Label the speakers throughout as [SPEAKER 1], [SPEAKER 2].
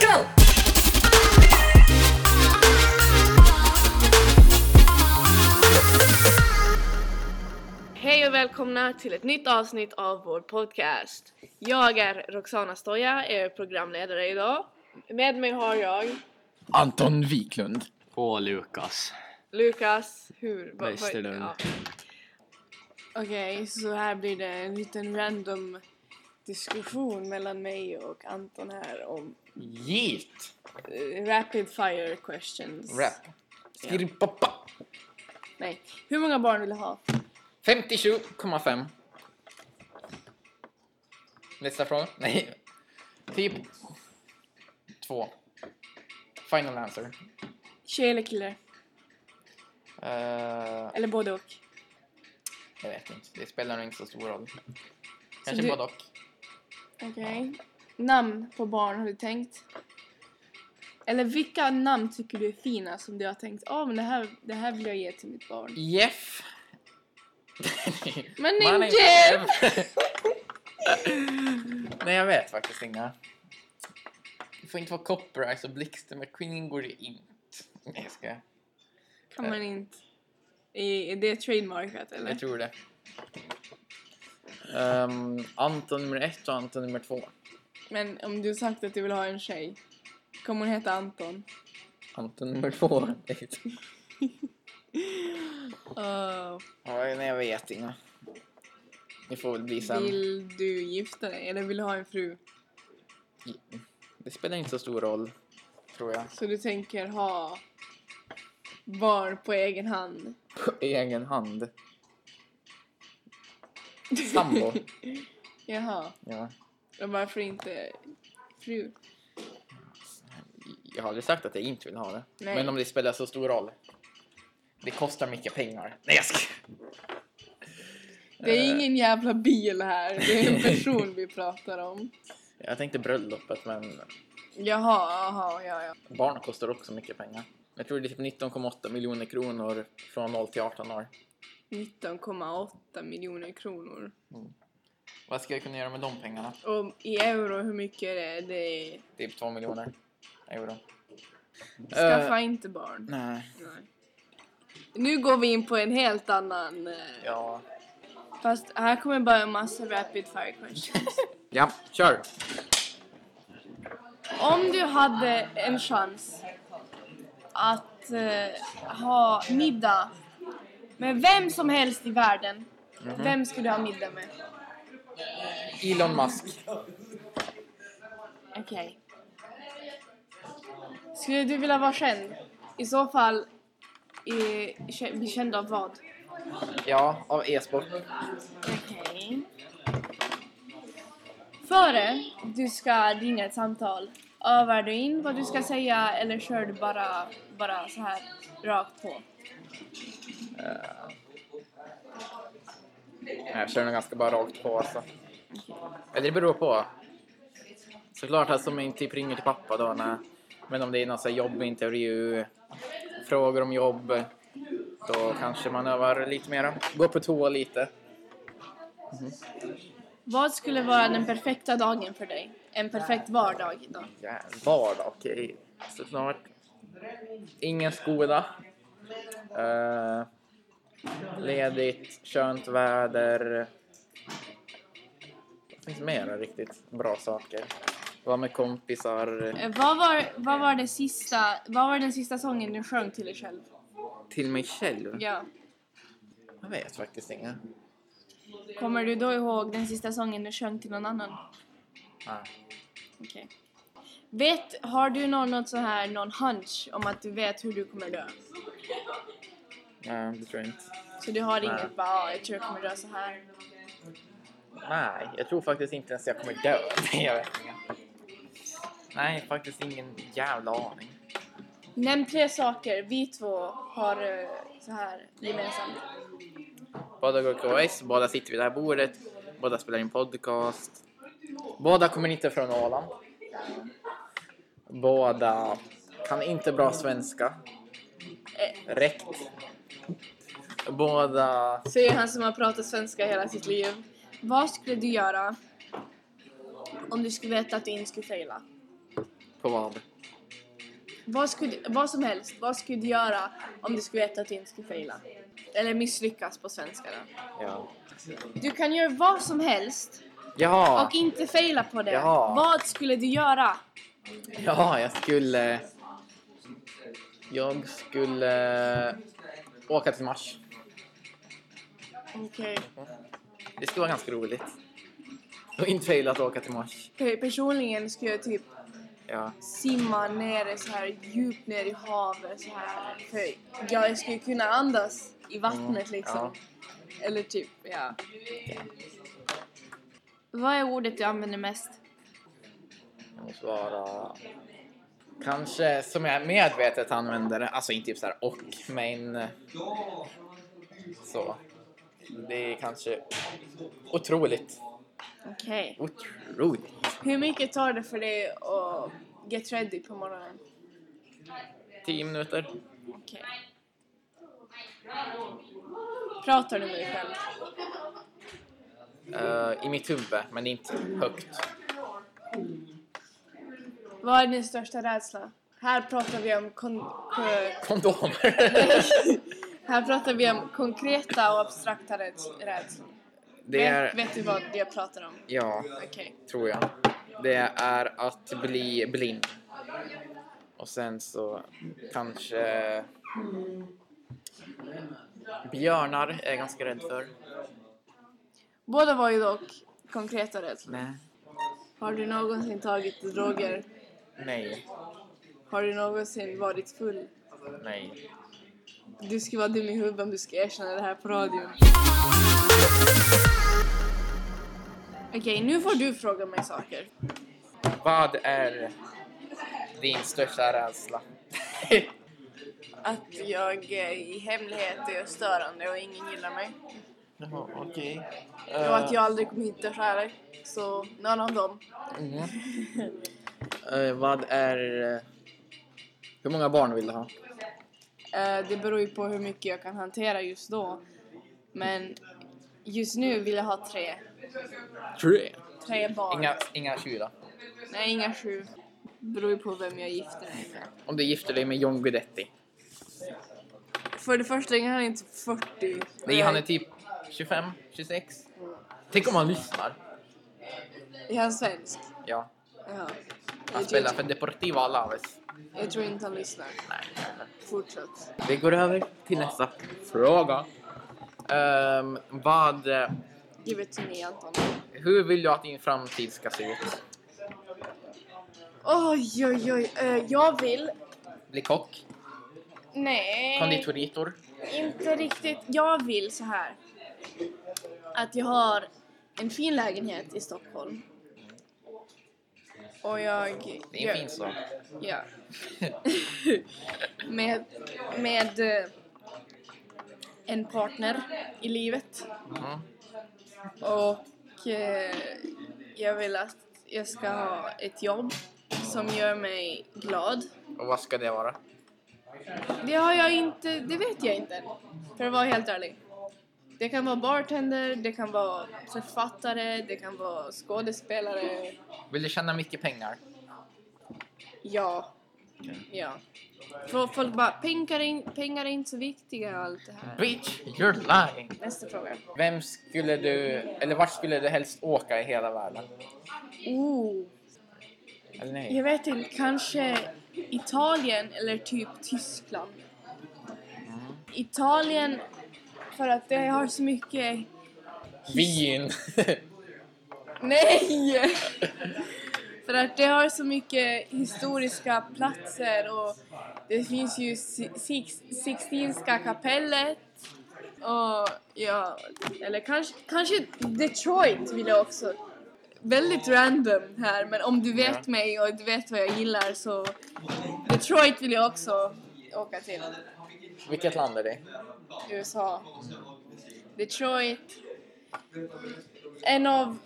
[SPEAKER 1] go!
[SPEAKER 2] Hej och välkomna till ett nytt avsnitt av vår podcast. Jag är Roxana Stoja, er programledare idag. Med mig har jag
[SPEAKER 3] Anton Wiklund.
[SPEAKER 4] Åh Lukas.
[SPEAKER 2] Lukas, hur... vad- vad-
[SPEAKER 4] Westerlund.
[SPEAKER 2] Okej, så här blir det en liten random diskussion mellan mig och Anton här om
[SPEAKER 3] Git!
[SPEAKER 2] eh, rapid fire questions.
[SPEAKER 3] Rap. Skripapa.
[SPEAKER 2] Nej. Hur många barn vill du ha?
[SPEAKER 3] 57,5. Nästa fråga. Nej. Typ... Två. Final answer.
[SPEAKER 2] Tjej eller kille?
[SPEAKER 3] Eh,
[SPEAKER 2] Eller både och?
[SPEAKER 3] jag vet inte. Det spelar nog inte så stor roll. Kanske
[SPEAKER 2] du-
[SPEAKER 3] både och.
[SPEAKER 2] Okej. Namn på barn har du tänkt? Eller vilka namn tycker du är fina som du har tänkt ja men det här, det här vill jag ge till mitt barn?
[SPEAKER 3] Jeff.
[SPEAKER 2] Men
[SPEAKER 3] My
[SPEAKER 2] inte
[SPEAKER 3] name is
[SPEAKER 2] Jeff!
[SPEAKER 3] Nej, jag vet faktiskt inga. Det får inte vara Copper, så Blixten McQueen går det inte. Nej, jag ska.
[SPEAKER 2] Kan man inte. Är är det trademarkat eller?
[SPEAKER 3] Eh. Jag tror det. Ehm, Anton nummer ett och Anton nummer två.
[SPEAKER 2] Men om du sagt att du vill ha en tjej, kommer hon heta Anton?
[SPEAKER 3] Anton nummer två.
[SPEAKER 2] Uh,
[SPEAKER 3] Oj, nej, jag vet inga. Det får väl bli sen.
[SPEAKER 2] vill du gifta dig eller vill du ha en fru?
[SPEAKER 3] Det spelar inte så stor roll, tror jag.
[SPEAKER 2] Så du tänker ha barn på egen hand?
[SPEAKER 3] På egen hand. Sambo.
[SPEAKER 2] Jaha,
[SPEAKER 3] Ja.
[SPEAKER 2] och varför inte fru?
[SPEAKER 3] Jag har aldrig sagt att jag inte vill ha det.
[SPEAKER 2] Nej.
[SPEAKER 3] Men om det spelar så stor roll. Det kostar mycket pengar. Nej, jag ska... Eh.
[SPEAKER 2] Det är ingen jävla bil här, det är en person vi pratar om.
[SPEAKER 3] Jag tänkte bröllopet, men
[SPEAKER 2] Jaha, jaha, ja, ja.
[SPEAKER 3] barn kostar också mycket pengar. Jag tror det är typ 19,8 miljoner kronor från 0 till 18 år.
[SPEAKER 2] 19,8 miljoner kronor.
[SPEAKER 3] Vad ska jag kunna göra med de pengarna?
[SPEAKER 2] Och i euro, hur mycket är det? det är...
[SPEAKER 3] Typ 2 miljoner euro. Eh,
[SPEAKER 2] Skaffa inte barn.
[SPEAKER 3] nej.
[SPEAKER 2] Nej. Nu går vi in på en helt annan... eh,
[SPEAKER 3] Ja.
[SPEAKER 2] Fast här kommer bara en massa rapid fire questions.
[SPEAKER 3] Ja, kör!
[SPEAKER 2] Om du hade en chans att eh, ha middag med vem som helst i världen,
[SPEAKER 3] Mhm.
[SPEAKER 2] vem skulle du ha middag med?
[SPEAKER 3] Elon Musk.
[SPEAKER 2] Okej. Skulle du vilja vara känd? I så fall, eh, kä- bli känd av vad?
[SPEAKER 3] Ja, av e-sport.
[SPEAKER 2] Okej. Före du ska ringa ett samtal, övar du in vad du ska säga eller kör du bara, bara så här rakt på?
[SPEAKER 3] Jag kör nog ganska bara rakt på alltså. Eller det beror på. Såklart alltså om jag inte typ ringer till pappa då, nej. Men om det är någon sån här jobbintervju, frågor om jobb, då kanske man övar lite mera. Gå på toa lite.
[SPEAKER 2] Vad skulle vara den perfekta dagen för dig? En perfekt vardag idag?
[SPEAKER 3] Ja, vardag, okej. Såklart. Ingen skola. Eh, ledigt, skönt väder. Vad finns mera riktigt bra saker? Vara med kompisar.
[SPEAKER 2] Eh, Vad var, vad var, det sista, vad var den sista sången du sjöng till dig själv?
[SPEAKER 3] Till mig själv?
[SPEAKER 2] Ja.
[SPEAKER 3] Jag vet faktiskt inga.
[SPEAKER 2] Kommer du då ihåg den sista sången du sjöng till någon annan?
[SPEAKER 3] Ah.
[SPEAKER 2] Okej. Vet, har du någon, något så här, någon hunch om att du vet hur du kommer dö?
[SPEAKER 3] Nej, det tror jag inte.
[SPEAKER 2] Så du har
[SPEAKER 3] Nej.
[SPEAKER 2] inget bara, "Ah, jag tror jag kommer dö så här.
[SPEAKER 3] Nej, jag tror faktiskt inte ens jag kommer dö. Nej, jag vet inga. Nej, faktiskt ingen jävla aning.
[SPEAKER 2] Nämn tre saker vi två har eh, så här gemensamt.
[SPEAKER 3] Båda går KS, båda sitter vid det här bordet, båda spelar in podcast. Båda kommer inte från Åland. Båda kan inte bra svenska.
[SPEAKER 2] Eh,
[SPEAKER 3] Räckt. Båda...
[SPEAKER 2] säger han som har pratat svenska hela sitt liv. Vad skulle du göra om du skulle veta att du inte skulle fejla?
[SPEAKER 3] På vad?
[SPEAKER 2] Vad, skulle, vad som helst, vad skulle du göra om du skulle veta att du inte skulle faila? Eller misslyckas på svenska då.
[SPEAKER 3] Ja.
[SPEAKER 2] Du kan göra vad som helst
[SPEAKER 3] Jaha,
[SPEAKER 2] och inte faila på det.
[SPEAKER 3] Jaha.
[SPEAKER 2] Vad skulle du göra?
[SPEAKER 3] ja, jag skulle... Jag skulle åka till Mars.
[SPEAKER 2] Okej.
[SPEAKER 3] Det skulle vara ganska roligt. Och inte fel att åka till Mars.
[SPEAKER 2] Pe- Personligen skulle jag typ
[SPEAKER 3] Ja.
[SPEAKER 2] simma nere så här djupt ner i havet så här. För jag skulle kunna andas i vattnet liksom. Eller typ, ja. Vad är ordet du använder mest?
[SPEAKER 3] Jag måste vara... Kanske som jag medvetet använder det. Alltså inte typ såhär och, men... eh, Så. Det är kanske otroligt.
[SPEAKER 2] Okej.
[SPEAKER 3] Otroligt.
[SPEAKER 2] Hur mycket tar det för dig att get ready på morgonen?
[SPEAKER 3] Tio minuter.
[SPEAKER 2] Okej. Pratar du med dig själv?
[SPEAKER 3] eh, I mitt huvud, men inte högt.
[SPEAKER 2] Vad är din största rädsla? Här pratar vi om kon- ko-
[SPEAKER 3] Kondomer!
[SPEAKER 2] här pratar vi om konkreta och abstrakta räds- rädslor.
[SPEAKER 3] Det
[SPEAKER 2] vet,
[SPEAKER 3] är...
[SPEAKER 2] vet du vad jag pratar om?
[SPEAKER 3] Ja,
[SPEAKER 2] Okej.
[SPEAKER 3] tror jag. Det är att bli blind. Och sen så kanske... Björnar är jag ganska rädd för.
[SPEAKER 2] Båda var ju dock konkreta rädslor.
[SPEAKER 3] Nej.
[SPEAKER 2] Har du någonsin tagit droger?
[SPEAKER 3] Nej.
[SPEAKER 2] Har du någonsin varit full?
[SPEAKER 3] Nej.
[SPEAKER 2] Du skulle vara dum i huvudet om du skulle erkänna det här på radion. Okej, nu får du fråga mig saker.
[SPEAKER 3] Vad är din största rädsla?
[SPEAKER 2] Att jag eh, i hemlighet är störande och ingen gillar mig.
[SPEAKER 3] Jaha, okej.
[SPEAKER 2] Och att jag
[SPEAKER 3] Eh.
[SPEAKER 2] aldrig kommer hitta kärlek. Så någon av dem.
[SPEAKER 3] eh, vad är... eh, Hur många barn vill du ha?
[SPEAKER 2] Eh, Det beror ju på hur mycket jag kan hantera just då. Men just nu vill jag ha tre.
[SPEAKER 3] Tre.
[SPEAKER 2] Tre barn.
[SPEAKER 3] Inga, inga tjurar.
[SPEAKER 2] Nej, inga sju. Beror ju på vem jag gifter mig med.
[SPEAKER 3] Om du gifter dig med John Guidetti.
[SPEAKER 2] För det första är han inte 40.
[SPEAKER 3] Nej, han är typ 25, 26. Tänk om han lyssnar.
[SPEAKER 2] Är han svensk?
[SPEAKER 3] Ja.
[SPEAKER 2] Ja.
[SPEAKER 3] Han
[SPEAKER 2] Jag tror,
[SPEAKER 3] spelar för Deportivo Alaves.
[SPEAKER 2] jag tror inte han lyssnar.
[SPEAKER 3] Nej.
[SPEAKER 2] Fortsätt.
[SPEAKER 3] Vi går över till nästa fråga. Ehm, vad... eh,
[SPEAKER 2] Give it to me, Anton.
[SPEAKER 3] Hur vill du att din framtid ska se ut?
[SPEAKER 2] Oj, oj, oj. Eh, jag vill...
[SPEAKER 3] Bli kock?
[SPEAKER 2] Nej.
[SPEAKER 3] Konditoritor?
[SPEAKER 2] Inte riktigt. Jag vill så här. Att jag har en fin lägenhet i Stockholm. Och jag...
[SPEAKER 3] Det är en fin sak.
[SPEAKER 2] Ja. med med eh, en partner i livet.
[SPEAKER 3] Mm.
[SPEAKER 2] Och eh, jag vill att jag ska ha ett jobb som gör mig glad.
[SPEAKER 3] Och vad ska det vara?
[SPEAKER 2] Det har jag inte, det vet jag inte. För att vara helt ärlig. Det kan vara bartender, det kan vara författare, det kan vara skådespelare.
[SPEAKER 3] Vill du tjäna mycket pengar?
[SPEAKER 2] Ja. Ja. För folk bara, pengar är, in, pengar är inte så viktiga och allt det här.
[SPEAKER 3] Bitch, you're lying!
[SPEAKER 2] Nästa fråga.
[SPEAKER 3] Vem skulle du... Eller vart skulle du helst åka i hela världen?
[SPEAKER 2] Oh,
[SPEAKER 3] Eller nej?
[SPEAKER 2] jag vet inte, kanske Italien eller typ Tyskland. Italien för att det har så mycket...
[SPEAKER 3] Wien!
[SPEAKER 2] Nej! För att det har så mycket historiska platser och det finns ju Si- Six- Sixtinska kapellet och ja, eller kanske, kanske Detroit vill jag också. Väldigt random här men om du vet
[SPEAKER 3] Ja.
[SPEAKER 2] mig och du vet vad jag gillar så Detroit vill jag också åka till.
[SPEAKER 3] Vilket land är det?
[SPEAKER 2] USA. Detroit. En av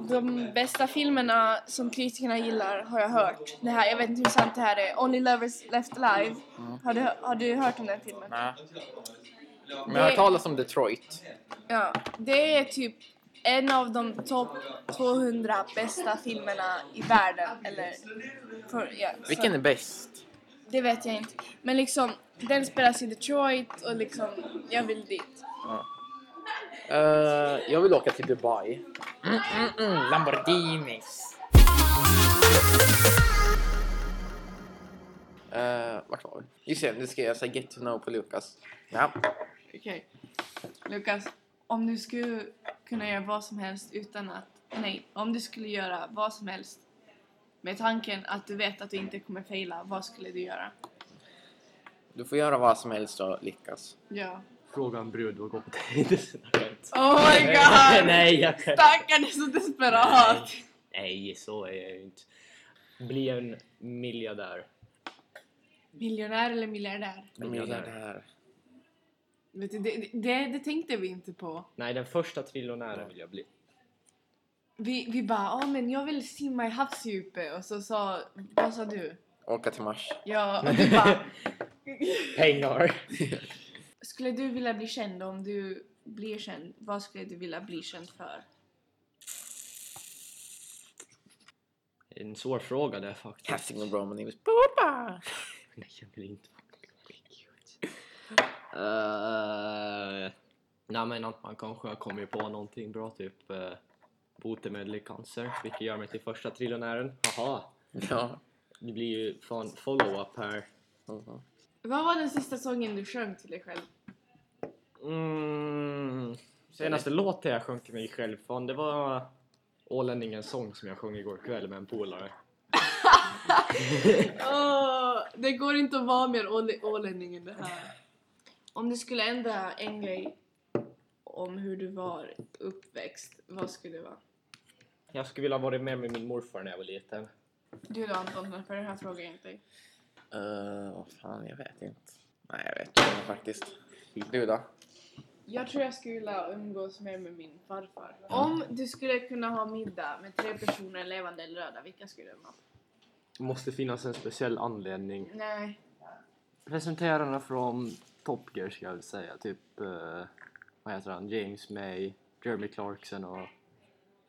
[SPEAKER 2] de bästa filmerna som kritikerna gillar har jag hört. Det här, jag vet inte hur sant det här är. Only Lovers Left Alive. Har, du, har du hört om den filmen?
[SPEAKER 3] Nej. Men jag har hört talas om Detroit.
[SPEAKER 2] Ja. Det är typ en av de topp 200 bästa filmerna i världen. Eller, för, ja, så-
[SPEAKER 3] Vilken är bäst?
[SPEAKER 2] Det vet jag inte. Men liksom, den spelas i Detroit och liksom, jag vill dit.
[SPEAKER 3] Ja. Eh, jag vill åka till Dubai. Mm, mm, mm, Lamborghinis. Uh, vart var vi? Just det, nu ska jag säga get to know på Lukas. Ja.
[SPEAKER 2] Okej. Lukas, om du skulle kunna göra vad som helst utan att... Nej, om du skulle göra vad som helst med tanken att du vet att du inte kommer fejla, vad skulle du göra?
[SPEAKER 3] Du får göra vad som helst och lyckas.
[SPEAKER 2] Ja.
[SPEAKER 1] Fråga en brud och gå på dejt.
[SPEAKER 2] Oh my god!
[SPEAKER 1] Nej, jag kan...
[SPEAKER 2] Stackarn är så desperat!
[SPEAKER 1] Nej, så är jag ju inte. Bli en miljardär.
[SPEAKER 2] Miljonär eller miljardär?
[SPEAKER 3] Miljardär.
[SPEAKER 2] Vet du, det, det, det tänkte vi inte på.
[SPEAKER 1] Nej, den första trillionären vill jag bli.
[SPEAKER 2] Vi, vi bara, ja men jag vill simma i havsdjupet och så sa, vad sa du?
[SPEAKER 3] Åka till Mars.
[SPEAKER 2] Ja, och du bara,
[SPEAKER 1] Pengar.
[SPEAKER 2] skulle du vilja bli känd om du blir känd? Vad skulle du vilja bli känd för?
[SPEAKER 1] En svår fråga där faktiskt.
[SPEAKER 3] Casting bra men English. Booba!
[SPEAKER 1] Nej, jag vill inte uh, Nej men att man kanske har kommit på någonting bra, typ uh, botemedel i cancer, vilket gör mig till första trillionären. Haha!
[SPEAKER 3] Ja.
[SPEAKER 1] Det blir ju fan follow-up här.
[SPEAKER 3] Mhm.
[SPEAKER 2] Vad var den sista sången du sjöng till dig själv?
[SPEAKER 1] Mm. Senaste låten jag sjöng till mig själv, fan det var Ålänningens sång som jag sjöng igår kväll med en polare.
[SPEAKER 2] Åh, det går inte att vara mer ål- ålänning än det här. Om du skulle ändra en grej om hur du var uppväxt, vad skulle det vara?
[SPEAKER 1] Jag skulle vilja ha varit med med min morfar när jag var liten.
[SPEAKER 2] Du då Anton, varför är den här frågan inte?
[SPEAKER 3] Eh, Vad fan, jag vet inte. Nej, jag vet inte faktiskt. Du då?
[SPEAKER 2] Jag tror jag skulle vilja umgås mer med min farfar. Om du skulle kunna ha middag med tre personer, levande eller döda, vilka skulle det vara?
[SPEAKER 1] Det måste finnas en speciell anledning.
[SPEAKER 2] Nej.
[SPEAKER 1] Presenterarna från Top Gear ska jag väl säga, typ eh, vad heter han? James May, Jeremy Clarkson och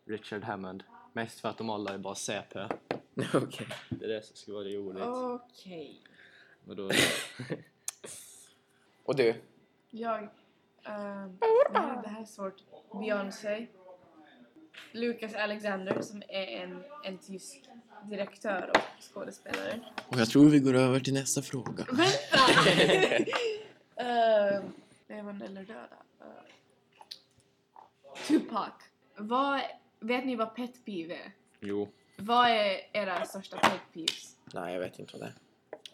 [SPEAKER 1] Richard Hammond. Mest för att de alla är bara CP.
[SPEAKER 3] Okej.
[SPEAKER 1] Det är det som skulle vara roligt.
[SPEAKER 2] Okej.
[SPEAKER 1] Och då...
[SPEAKER 3] Och du?
[SPEAKER 2] Jag... ehm, nej, det här är svårt. Beyoncé. Lucas Alexander som är en, en tysk direktör och skådespelare. Ehm,
[SPEAKER 3] Och jag tror vi går över till nästa fråga.
[SPEAKER 2] Vänta! Ehm, Levande eller döda? Ehm, Tupac. Vad, vet ni vad pet peeve är?
[SPEAKER 1] jo.
[SPEAKER 2] Vad är era största pet peeves?
[SPEAKER 3] Nej, jag vet inte vad det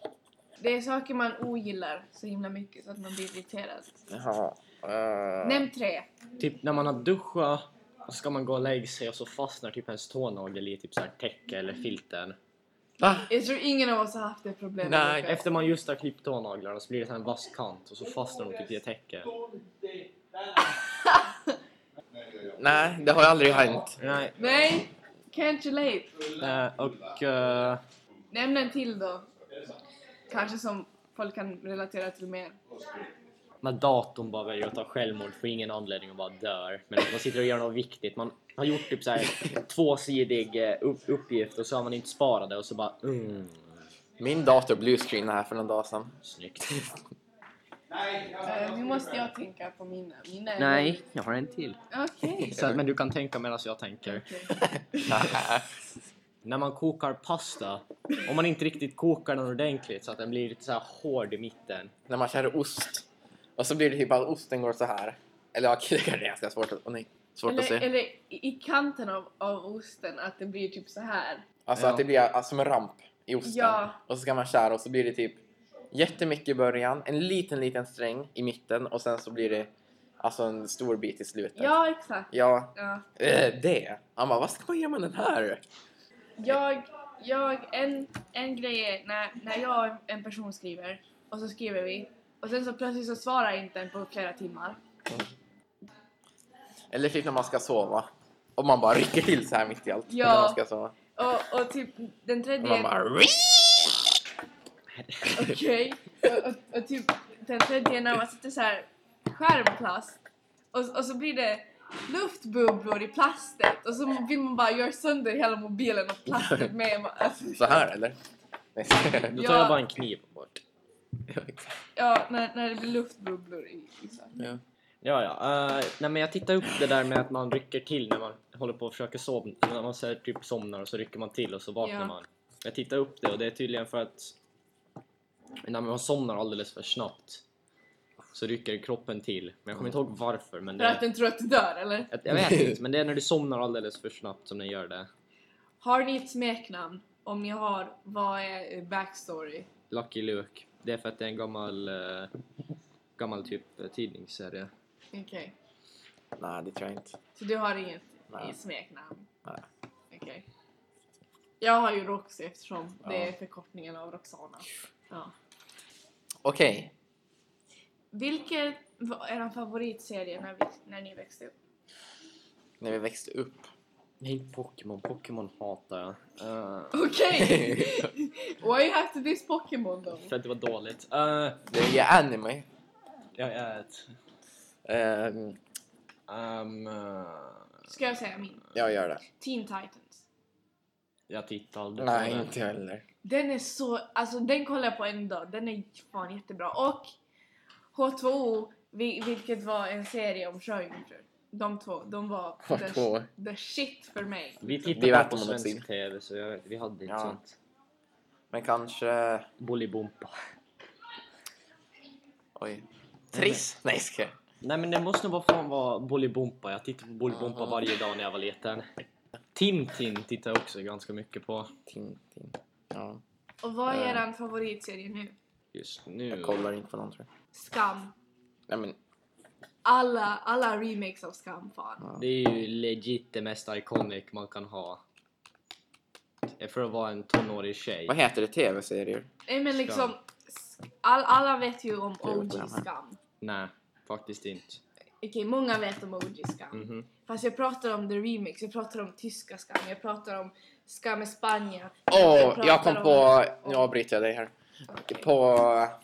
[SPEAKER 3] är.
[SPEAKER 2] Det är saker man ogillar så himla mycket så att man blir irriterad.
[SPEAKER 3] Jaha. eh,
[SPEAKER 2] Nämn tre.
[SPEAKER 1] Typ när man har duschat och ska man gå och lägga sig och så fastnar typ ens tånagel i typ så här täcke eller filten.
[SPEAKER 3] Va?
[SPEAKER 2] Jag tror ingen av oss har haft det problemet.
[SPEAKER 3] Nej,
[SPEAKER 2] Lukas.
[SPEAKER 1] Efter man just har klippt tånaglarna så blir det så här en vass kant och så fastnar de typ i ett täcke.
[SPEAKER 3] Nej, det har ju aldrig hänt.
[SPEAKER 1] Nej,
[SPEAKER 2] Nej, can't relate.
[SPEAKER 1] eh, och... eh,
[SPEAKER 2] Nämn en till då. Kanske som folk kan relatera till mer.
[SPEAKER 1] när datorn bara väljer att ta självmord för ingen anledning och bara dör. Men att man sitter och gör något viktigt. Man har gjort typ så här tvåsidig eh, upp, uppgift och så har man inte sparat det och så bara mm,
[SPEAKER 3] Min dator bluescreenade här för någon dag sedan.
[SPEAKER 1] snyggt.
[SPEAKER 2] Eh, nu måste jag tänka på mina. mina är-
[SPEAKER 1] jag har en till.
[SPEAKER 2] Okej.
[SPEAKER 1] Så, men du kan tänka medan jag tänker. När man kokar pasta, om man inte riktigt kokar den ordentligt så att den blir lite så här hård i mitten.
[SPEAKER 3] När man kör ost. Och så blir det typ att osten går så här. Eller ja, det kanske är ganska svårt att... Åh nej. Svårt att
[SPEAKER 2] Eller,
[SPEAKER 3] se.
[SPEAKER 2] eller i i kanten av, av osten, att det blir typ så här.
[SPEAKER 3] Alltså
[SPEAKER 1] Ja.
[SPEAKER 3] att det blir alltså, som en ramp i osten.
[SPEAKER 2] Ja.
[SPEAKER 3] Och så ska man skära och så blir det typ jättemycket i början, en liten, liten sträng i mitten och sen så blir det alltså en stor bit i slutet.
[SPEAKER 2] Ja, exakt.
[SPEAKER 3] Ja,
[SPEAKER 2] Ja.
[SPEAKER 3] eh, det. Han bara, vad ska man göra med den här?
[SPEAKER 2] Jag, jag, en, en grej är när, när jag och en person skriver och så skriver vi och sen så plötsligt så svarar inte en på flera timmar.
[SPEAKER 3] Eller typ när man ska sova. Och man bara rycker till så här mitt i allt.
[SPEAKER 2] Ja.
[SPEAKER 3] När man ska sova.
[SPEAKER 2] Och, och typ den
[SPEAKER 3] Och
[SPEAKER 2] tredje...
[SPEAKER 3] man bara, "Ring!"
[SPEAKER 2] Okej. Och, och, och typ den tredje när man sitter så här skärmplast och, och så blir det luftbubblor i plastet och så vill man bara göra sönder hela mobilen och plastet med. Alltså,
[SPEAKER 3] Så här eller? Nej.
[SPEAKER 1] Då tar
[SPEAKER 2] Ja.
[SPEAKER 1] jag bara en kniv bort.
[SPEAKER 2] ja, när, när det blir luftbubblor i, liksom. i saker.
[SPEAKER 3] ja.
[SPEAKER 1] Ja, ja. Eh, nej, men jag tittar upp det där med att man rycker till när man håller på och försöker somna. När man så här, typ somnar och så rycker man till och så vaknar
[SPEAKER 2] Ja.
[SPEAKER 1] man. Jag tittar upp det och det är tydligen för att när man somnar alldeles för snabbt så rycker kroppen till. Men jag kommer inte ihåg varför. Men
[SPEAKER 2] För att
[SPEAKER 1] det,
[SPEAKER 2] den tror att du dör eller?
[SPEAKER 1] jag, jag vet inte, men det är när du somnar alldeles för snabbt som den gör det.
[SPEAKER 2] Har ni ett smeknamn? Om ni har, vad är eh, backstory?
[SPEAKER 1] Lucky Luke. Det är för att det är en gammal, eh, gammal typ eh, tidningsserie.
[SPEAKER 2] Okej.
[SPEAKER 3] Nej, det tror jag inte.
[SPEAKER 2] Så du har inget
[SPEAKER 3] Nej.
[SPEAKER 2] i smeknamn?
[SPEAKER 3] Nej.
[SPEAKER 2] Okej. Jag har ju Roxy eftersom det
[SPEAKER 3] Ja.
[SPEAKER 2] är förkortningen av Roxana. Ja.
[SPEAKER 3] Okej.
[SPEAKER 2] Vilken var er favoritserie när, vi, när ni växte upp?
[SPEAKER 3] När vi växte upp.
[SPEAKER 1] Nej, Pokémon. Pokémon hatar jag. Eh,
[SPEAKER 2] Okej! Why you have to this Pokémon då?
[SPEAKER 1] för att det var dåligt. Eh,
[SPEAKER 3] det är ju anime.
[SPEAKER 1] jag ät.
[SPEAKER 3] Ehm,
[SPEAKER 1] Ehm, eh,
[SPEAKER 2] Ska jag säga min?
[SPEAKER 3] jag gör det.
[SPEAKER 2] Teen Titans.
[SPEAKER 1] jag tittar aldrig
[SPEAKER 3] Nej,
[SPEAKER 1] på det.
[SPEAKER 3] inte jag heller.
[SPEAKER 2] Den är så... Alltså den kollar jag på en dag. Den är fan jättebra. Och H2O, vi- vilket var en serie om sjöjungfrur. De två, de var
[SPEAKER 3] H2O.
[SPEAKER 2] The, the shit för mig.
[SPEAKER 1] Vi
[SPEAKER 3] Det är
[SPEAKER 1] tittar
[SPEAKER 3] värt
[SPEAKER 1] på
[SPEAKER 3] om man
[SPEAKER 1] svensk
[SPEAKER 3] också-
[SPEAKER 1] TV så jag, vi hade inte
[SPEAKER 3] Ja.
[SPEAKER 1] sånt.
[SPEAKER 3] Men kanske...
[SPEAKER 1] Bolibompa.
[SPEAKER 3] Oj. Triss? Nej, ska jag.
[SPEAKER 1] Nej men det måste nog vara fan vara Bolibompa. Jag tittade på Bolibompa
[SPEAKER 3] Aha.
[SPEAKER 1] varje dag när jag var liten. Tintin tittar jag också ganska mycket på.
[SPEAKER 3] Tintin. Ja,
[SPEAKER 2] Och vad är
[SPEAKER 3] Eh.
[SPEAKER 2] eran favoritserie nu?
[SPEAKER 1] Just nu.
[SPEAKER 3] jag kollar inte på någon tror jag.
[SPEAKER 2] Skam.
[SPEAKER 3] Nej, men...
[SPEAKER 2] Alla, alla remakes av Skam fan.
[SPEAKER 1] Det är ju legit det mest iconic man kan ha. Eh, För att vara en tonårig tjej.
[SPEAKER 3] Vad heter det? TV-serier?
[SPEAKER 2] Nej men liksom, sk- all, alla vet ju om
[SPEAKER 3] Det är
[SPEAKER 2] OG
[SPEAKER 3] den här.
[SPEAKER 2] Skam.
[SPEAKER 1] Nej, faktiskt inte.
[SPEAKER 2] Okej, många vet om OG Skam.
[SPEAKER 3] Mm.
[SPEAKER 1] Mhm.
[SPEAKER 2] Fast jag pratar om the remix, jag pratar om tyska Skam, jag pratar om Skam i Spanien.
[SPEAKER 3] Åh,
[SPEAKER 2] pratar
[SPEAKER 3] jag kom
[SPEAKER 2] om-
[SPEAKER 3] på...
[SPEAKER 2] om-
[SPEAKER 3] Nu avbryter jag dig här.
[SPEAKER 2] Okej,
[SPEAKER 3] På...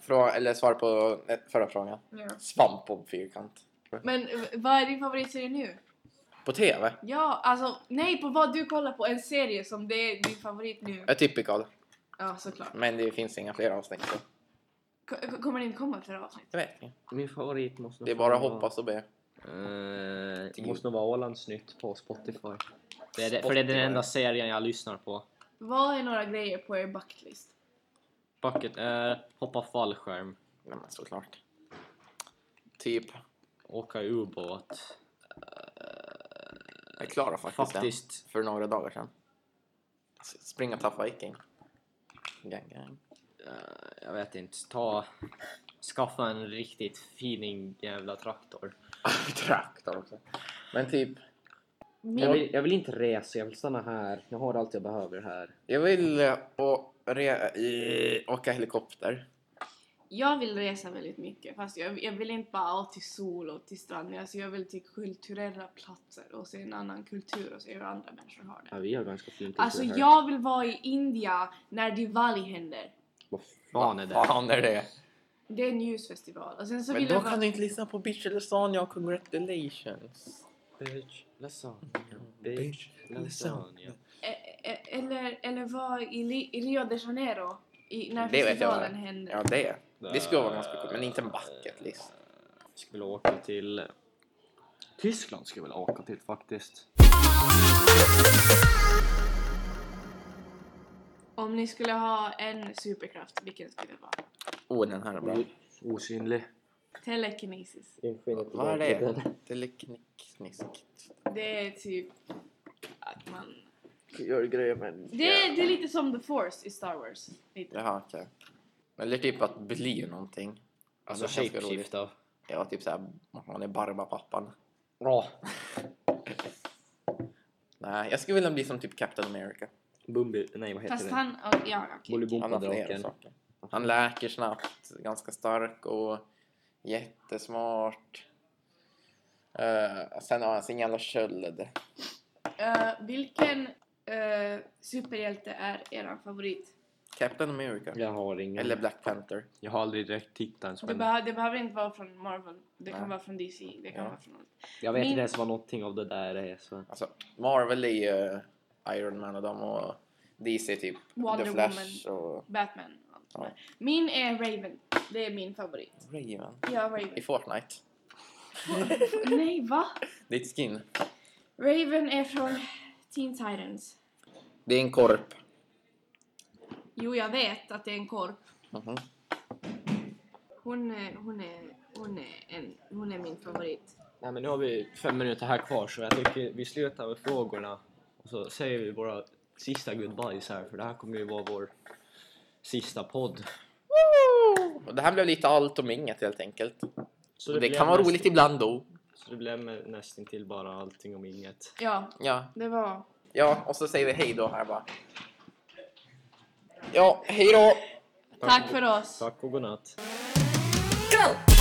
[SPEAKER 3] Frå... Eller svar på eh, förra frågan.
[SPEAKER 2] ja.
[SPEAKER 3] Svamp på fyrkant.
[SPEAKER 2] Men eh, vad är din favoritserie nu?
[SPEAKER 3] På TV?
[SPEAKER 2] Ja, alltså nej på vad du kollar på, en serie som det är din favorit nu.
[SPEAKER 3] Atypical.
[SPEAKER 2] Ja, såklart.
[SPEAKER 3] Men det finns inga fler avsnitt. så
[SPEAKER 2] Ko- Kommer det inte komma fler avsnitt?
[SPEAKER 3] Jag vet inte.
[SPEAKER 1] Min favorit måste nog
[SPEAKER 3] Det är bara att
[SPEAKER 1] fan vara-
[SPEAKER 3] hoppas och be.
[SPEAKER 1] Eh, det
[SPEAKER 3] Till-
[SPEAKER 1] måste nog vara Ålandsnytt på Spotify. Det är det, för det är den
[SPEAKER 3] Spotify.
[SPEAKER 1] enda serien jag lyssnar på.
[SPEAKER 2] Vad är några grejer på er bucket list?
[SPEAKER 1] Bucket, eh, hoppa fallskärm,
[SPEAKER 3] Nej, men såklart. Typ.
[SPEAKER 1] åka ubåt.
[SPEAKER 3] Jag klarade faktiskt,
[SPEAKER 1] Faktiskt.
[SPEAKER 3] det för några dagar sedan. S- Springa tappa viking. Gang, gang.
[SPEAKER 1] Eh, jag vet inte, ta... Skaffa en riktigt fin jävla traktor.
[SPEAKER 3] Traktor också. Men typ,
[SPEAKER 1] Jag
[SPEAKER 2] Min,
[SPEAKER 1] vill, jag vill inte resa, jag vill stanna här. Jag har allt jag behöver här.
[SPEAKER 3] jag vill eh, å, re, i, åka helikopter.
[SPEAKER 2] jag vill resa väldigt mycket fast jag, jag vill inte bara åka till sol och till strand. Alltså, jag vill till kulturella platser och se en annan kultur och se hur andra människor har det.
[SPEAKER 1] Ja, vi har ganska fint
[SPEAKER 2] Alltså
[SPEAKER 1] här.
[SPEAKER 2] jag vill vara i India när Diwali händer.
[SPEAKER 1] Vad fan är det?
[SPEAKER 3] Fan är det?
[SPEAKER 2] Det är en ljusfestival. Och sen så
[SPEAKER 3] Men
[SPEAKER 2] vill
[SPEAKER 3] då
[SPEAKER 2] jag
[SPEAKER 3] kan
[SPEAKER 2] vara...
[SPEAKER 3] du inte lyssna på Bitch Lasagna och Congratulations.
[SPEAKER 1] Bitch, lasagna, bitch, lasagna.
[SPEAKER 2] e- e- Eller, eller vara i Li- i Rio de Janeiro i, när
[SPEAKER 3] Det vet jag
[SPEAKER 2] festivalen
[SPEAKER 3] vad
[SPEAKER 2] händer.
[SPEAKER 3] Ja, det. Det skulle vara ganska kul, men inte en bucket liksom. list.
[SPEAKER 1] Jag Eh, skulle åka till... eh, Tyskland skulle jag vilja åka till faktiskt.
[SPEAKER 2] Om ni skulle ha en superkraft, vilken skulle det vara?
[SPEAKER 3] Åh, den här är
[SPEAKER 1] Mm.
[SPEAKER 3] bra.
[SPEAKER 1] Osynlig.
[SPEAKER 2] Telekinesis.
[SPEAKER 3] Vad är det? Teleknisk.
[SPEAKER 2] Det är typ att man...
[SPEAKER 1] Gör grejer med
[SPEAKER 2] Det är, det är lite som The Force i Star Wars. Lite.
[SPEAKER 3] Jaha, okej. Eller typ att bli någonting.
[SPEAKER 1] Alltså
[SPEAKER 3] Det känns ganska roligt.
[SPEAKER 1] shapeshifta.
[SPEAKER 3] Ja, typ såhär, man är Barbapappan.
[SPEAKER 1] Bra.
[SPEAKER 3] Nej, jag skulle vilja bli som typ Captain America.
[SPEAKER 1] Bumbi... Nej vad heter
[SPEAKER 2] Fast
[SPEAKER 1] det?
[SPEAKER 2] han... Ja, ja, okej.
[SPEAKER 3] Han har flera
[SPEAKER 1] Bolibompa-draken.
[SPEAKER 3] saker. Han läker snabbt, ganska stark och jättesmart. Eh, sen har han sin jävla köld.
[SPEAKER 2] Eh, vilken eh, superhjälte är er favorit?
[SPEAKER 3] Captain America.
[SPEAKER 1] Jag har ingen.
[SPEAKER 3] Eller Black Panther.
[SPEAKER 1] Jag har aldrig direkt tittat ens.
[SPEAKER 2] Det,
[SPEAKER 1] Men
[SPEAKER 2] behö- det behöver inte vara från Marvel. Det kan
[SPEAKER 3] Nej.
[SPEAKER 2] vara från DC. Det kan
[SPEAKER 3] Ja.
[SPEAKER 2] vara från...
[SPEAKER 1] jag vet
[SPEAKER 2] Min-
[SPEAKER 1] inte ens vad någonting av det där är. Så.
[SPEAKER 3] Alltså, Marvel är ju eh, Iron Man och dem och DC typ
[SPEAKER 2] Wonder
[SPEAKER 3] The Flash och
[SPEAKER 2] Batman. och allt
[SPEAKER 3] Ja.
[SPEAKER 2] sånt där. Min är Raven. Det är min favorit.
[SPEAKER 3] Raven.
[SPEAKER 2] Ja,
[SPEAKER 3] I
[SPEAKER 2] Raven.
[SPEAKER 3] Fortnite.
[SPEAKER 2] Nej, va?
[SPEAKER 3] Ditt skin.
[SPEAKER 2] Raven är från Teen Titans.
[SPEAKER 3] Det är en korp.
[SPEAKER 2] Jo, jag vet att det är en korp.
[SPEAKER 3] Mhm.
[SPEAKER 2] Hon är, hon är, hon är, en, hon är min favorit.
[SPEAKER 1] Nej, men nu har vi fem minuter här kvar så jag tycker vi slutar med frågorna. Och så säger vi våra sista goodbyes här för det här kommer ju vara vår sista podd.
[SPEAKER 3] Och det här blev lite allt om inget helt enkelt.
[SPEAKER 1] Så
[SPEAKER 3] Det, det
[SPEAKER 1] blev
[SPEAKER 3] kan vara
[SPEAKER 1] näst-
[SPEAKER 3] roligt ibland då.
[SPEAKER 1] Så det blev med- nästan till bara allting om inget.
[SPEAKER 2] Ja,
[SPEAKER 3] Ja.
[SPEAKER 2] det var...
[SPEAKER 3] ja, och så säger vi hej då här bara. Ja, hej då!
[SPEAKER 2] Tack för oss!
[SPEAKER 1] Tack och godnatt.
[SPEAKER 3] Go!